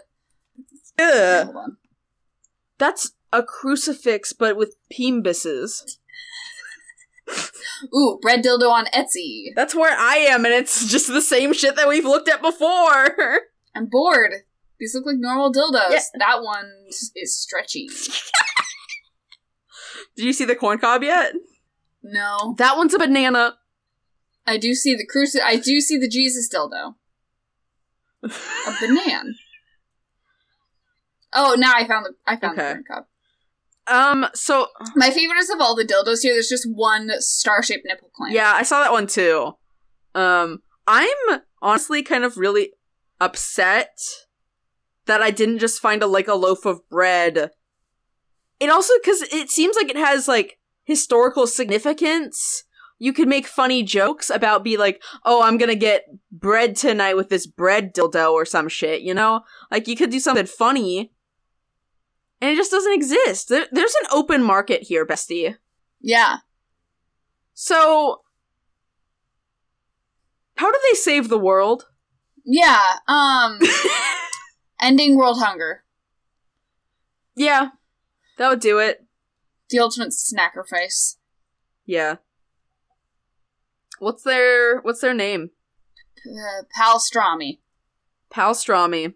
Speaker 1: Ugh. Uh.
Speaker 2: hold on.
Speaker 1: That's a crucifix, but with pimbuses.
Speaker 2: Ooh, bread dildo on Etsy.
Speaker 1: That's where I am, and it's just the same shit that we've looked at before.
Speaker 2: I'm bored. These look like normal dildos.
Speaker 1: Yeah.
Speaker 2: That one is stretchy.
Speaker 1: Did you see the corn cob yet?
Speaker 2: No,
Speaker 1: That one's a banana.
Speaker 2: I do see the cruci. I do see the Jesus dildo. A banana. Oh, now I found the I found
Speaker 1: Okay.
Speaker 2: the corn cob.
Speaker 1: Um. So
Speaker 2: My favorite is of all the dildos here. There's just one star shaped nipple clamp.
Speaker 1: yeah, I saw that one too. Um. I'm honestly kind of really upset that I didn't just find a like a loaf of bread. It also because it seems like it has like historical significance. You could make funny jokes about be like, oh, I'm gonna get bread tonight with this bread dildo or some shit. You know, like you could do something funny, and it just doesn't exist. There, there's an open market here, bestie.
Speaker 2: Yeah.
Speaker 1: So, how do they save the world?
Speaker 2: Yeah. Um ending world hunger.
Speaker 1: yeah, that would do it.
Speaker 2: The ultimate snackerface.
Speaker 1: Yeah. What's their What's their name?
Speaker 2: Uh, Palstrami.
Speaker 1: Palstrami.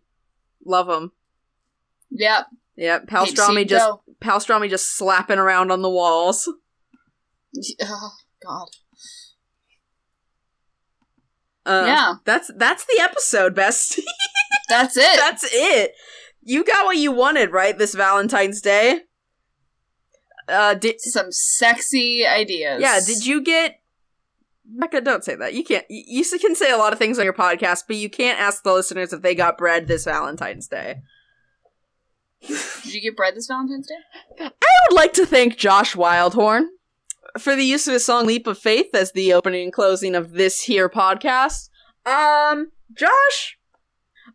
Speaker 1: Love him.
Speaker 2: Yep.
Speaker 1: Yep, Palstrami
Speaker 2: Deep-sea
Speaker 1: just
Speaker 2: dough.
Speaker 1: Palstrami just slapping around on the walls.
Speaker 2: Oh, God.
Speaker 1: Uh,
Speaker 2: Yeah.
Speaker 1: that's that's the episode, best.
Speaker 2: That's it.
Speaker 1: that's it. You got what you wanted, right? This Valentine's Day. Uh, did
Speaker 2: Some sexy ideas.
Speaker 1: Yeah, did you get Becca, don't say that. You can't you, you s- can say a lot of things on your podcast, but you can't ask the listeners if they got bread this Valentine's Day.
Speaker 2: Did you get bread this Valentine's Day?
Speaker 1: I would like to thank Josh Wildhorn for the use of his song Leap of Faith as the opening and closing of this here podcast. Um, Josh,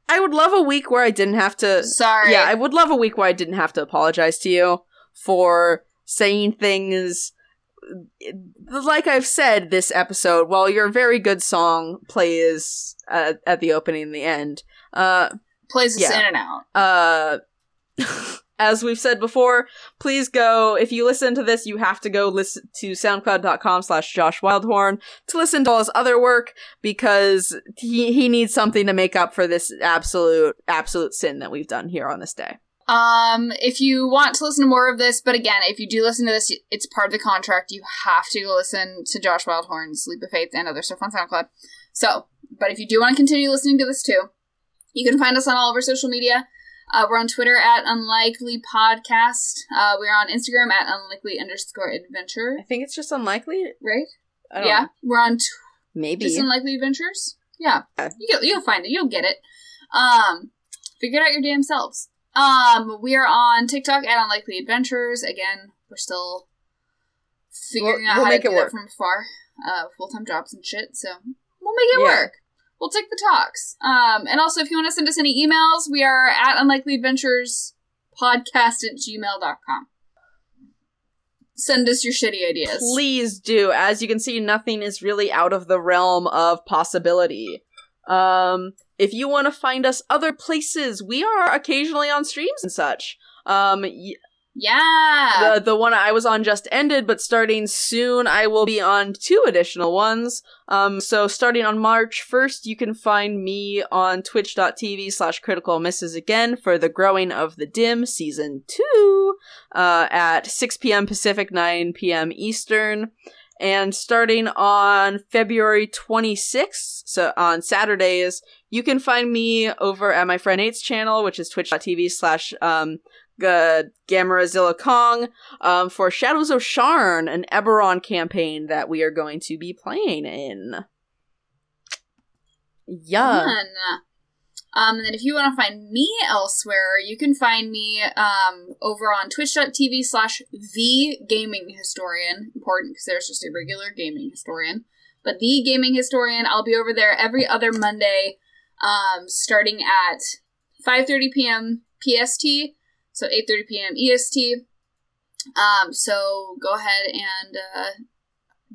Speaker 1: I would love a week where I didn't have to.
Speaker 2: Sorry.
Speaker 1: Uh, Yeah, I would love a week where I didn't have to apologize to you for saying things. uh, Like I've said this episode, while your very good song plays uh, at the opening and the end, uh,
Speaker 2: Plays us
Speaker 1: yeah.
Speaker 2: in and out.
Speaker 1: uh, as we've said before, please go. If you listen to this, you have to go listen to soundcloud.com slash Josh Wildhorn to listen to all his other work because he, he needs something to make up for this absolute, absolute sin that we've done here on this day.
Speaker 2: Um, if you want to listen to more of this, but again, if you do listen to this, it's part of the contract. You have to go listen to Josh Wildhorn's Leap of Faith and other stuff on SoundCloud. So, but if you do want to continue listening to this too, you can find us on all of our social media. Uh, we're on Twitter at Unlikely Podcast. Uh, we're on Instagram at Unlikely underscore Adventure.
Speaker 1: I think it's just unlikely.
Speaker 2: Right?
Speaker 1: I don't
Speaker 2: Yeah,
Speaker 1: know.
Speaker 2: we're on
Speaker 1: Maybe.
Speaker 2: Just Unlikely Adventures. Yeah,
Speaker 1: Yeah.
Speaker 2: you get, you'll find it. You'll get it. Um, figure it out your damn selves. Um, we are on TikTok at Unlikely Adventures. Again, we're still figuring
Speaker 1: We'll-
Speaker 2: out
Speaker 1: we'll
Speaker 2: how
Speaker 1: make
Speaker 2: to
Speaker 1: it
Speaker 2: do that
Speaker 1: work.
Speaker 2: from afar. Uh, full time jobs and shit. So we'll make it
Speaker 1: Yeah.
Speaker 2: work. We'll take the talks. Um, and also if you want to send us any emails, we are at Unlikely Adventures podcast at gmail.com. Send us your shitty ideas.
Speaker 1: Please do. As you can see, nothing is really out of the realm of possibility. Um, if you want to find us other places, we are occasionally on streams and such. Um, y-
Speaker 2: Yeah.
Speaker 1: the the one I was on just ended, but starting soon, I will be on two additional ones. Um, so starting on March first, you can find me on Twitch.tv/slash Critical Misses again for the Growing of the Dim season two uh, at 6 p.m. Pacific, 9 p.m. Eastern. And starting on February 26th, so on Saturdays, you can find me over at my friend Nate's channel, which is twitch.tv slash um, G- Gamorazilla Kong, um, for Shadows of Sharn, an Eberron campaign that we are going to be playing in. Yeah.
Speaker 2: Fun. Um, and then if you want to find me elsewhere, you can find me um, over on twitch.tv slash the gaming historian. Important because there's just a regular gaming historian. But the gaming historian, I'll be over there every other Monday, um, starting at 5.30 p.m. PST, so 8.30 p.m. EST. E Um, so go ahead and uh,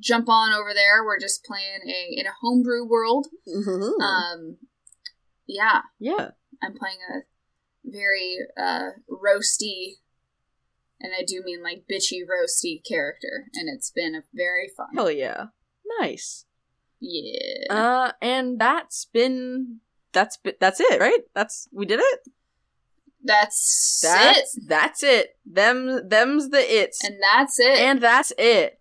Speaker 2: jump on over there. We're just playing a in a homebrew world.
Speaker 1: Hmm.
Speaker 2: Um, yeah,
Speaker 1: Uh, yeah.
Speaker 2: I'm playing a very uh, roasty, and I do mean like bitchy roasty character, and it's been a very fun.
Speaker 1: Hell yeah. Nice.
Speaker 2: Yeah,
Speaker 1: Uh, and that's been that's be- that's it, right? That's we did it.
Speaker 2: that's,
Speaker 1: That's
Speaker 2: it,
Speaker 1: that's it. Them them's the it's and,
Speaker 2: and that's it.
Speaker 1: that's it.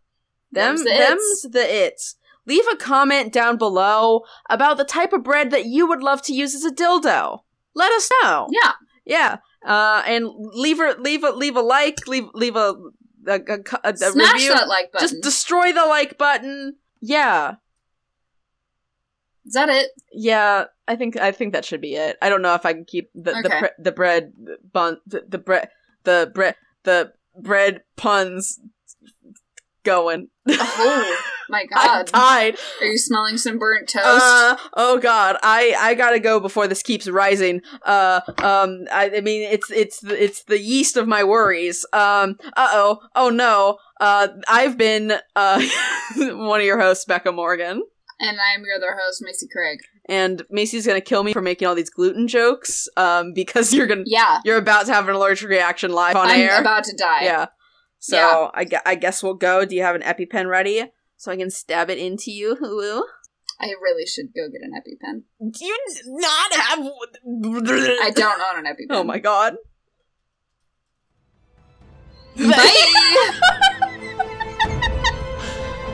Speaker 1: Them
Speaker 2: Them's
Speaker 1: them's
Speaker 2: the
Speaker 1: the,
Speaker 2: it's.
Speaker 1: it's. Leave a comment down below about the type of bread that you would love to use as a dildo. Let us know.
Speaker 2: yeah,
Speaker 1: Yeah. Uh, and leave a leave a leave a like. Leave leave a a, a, a- a
Speaker 2: smash
Speaker 1: review.
Speaker 2: that like button.
Speaker 1: Just destroy the like button. Yeah.
Speaker 2: Is that it?
Speaker 1: Yeah, I think I think that should be it. I don't know if I can keep the the,
Speaker 2: Okay.
Speaker 1: pre- the bread bun the, the bread the bread the bread puns going.
Speaker 2: Oh my
Speaker 1: I'm
Speaker 2: god,
Speaker 1: tied.
Speaker 2: are you smelling some burnt toast?
Speaker 1: Uh, oh God, I I gotta go before this keeps rising. Uh, um, I, I mean it's it's the, it's the yeast of my worries. Um, uh oh, oh no. Uh, I've been uh one of your hosts, Becca Morgan.
Speaker 2: and I'm your other host, Macy Craig.
Speaker 1: and Macy's gonna kill me for making all these gluten jokes um, because you're gonna
Speaker 2: Yeah,
Speaker 1: you're about to have an allergic reaction live on
Speaker 2: I'm
Speaker 1: air.
Speaker 2: about to die.
Speaker 1: yeah. So
Speaker 2: Yeah.
Speaker 1: I, gue- I guess we'll go. Do you have an EpiPen ready so I can stab it into you, Hulu?
Speaker 2: I really should go get an EpiPen.
Speaker 1: Do you not have?
Speaker 2: I don't own an EpiPen.
Speaker 1: Oh my god.
Speaker 2: Bye.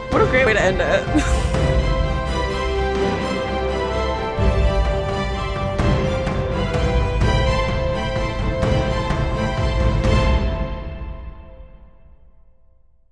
Speaker 1: what a great way to end it.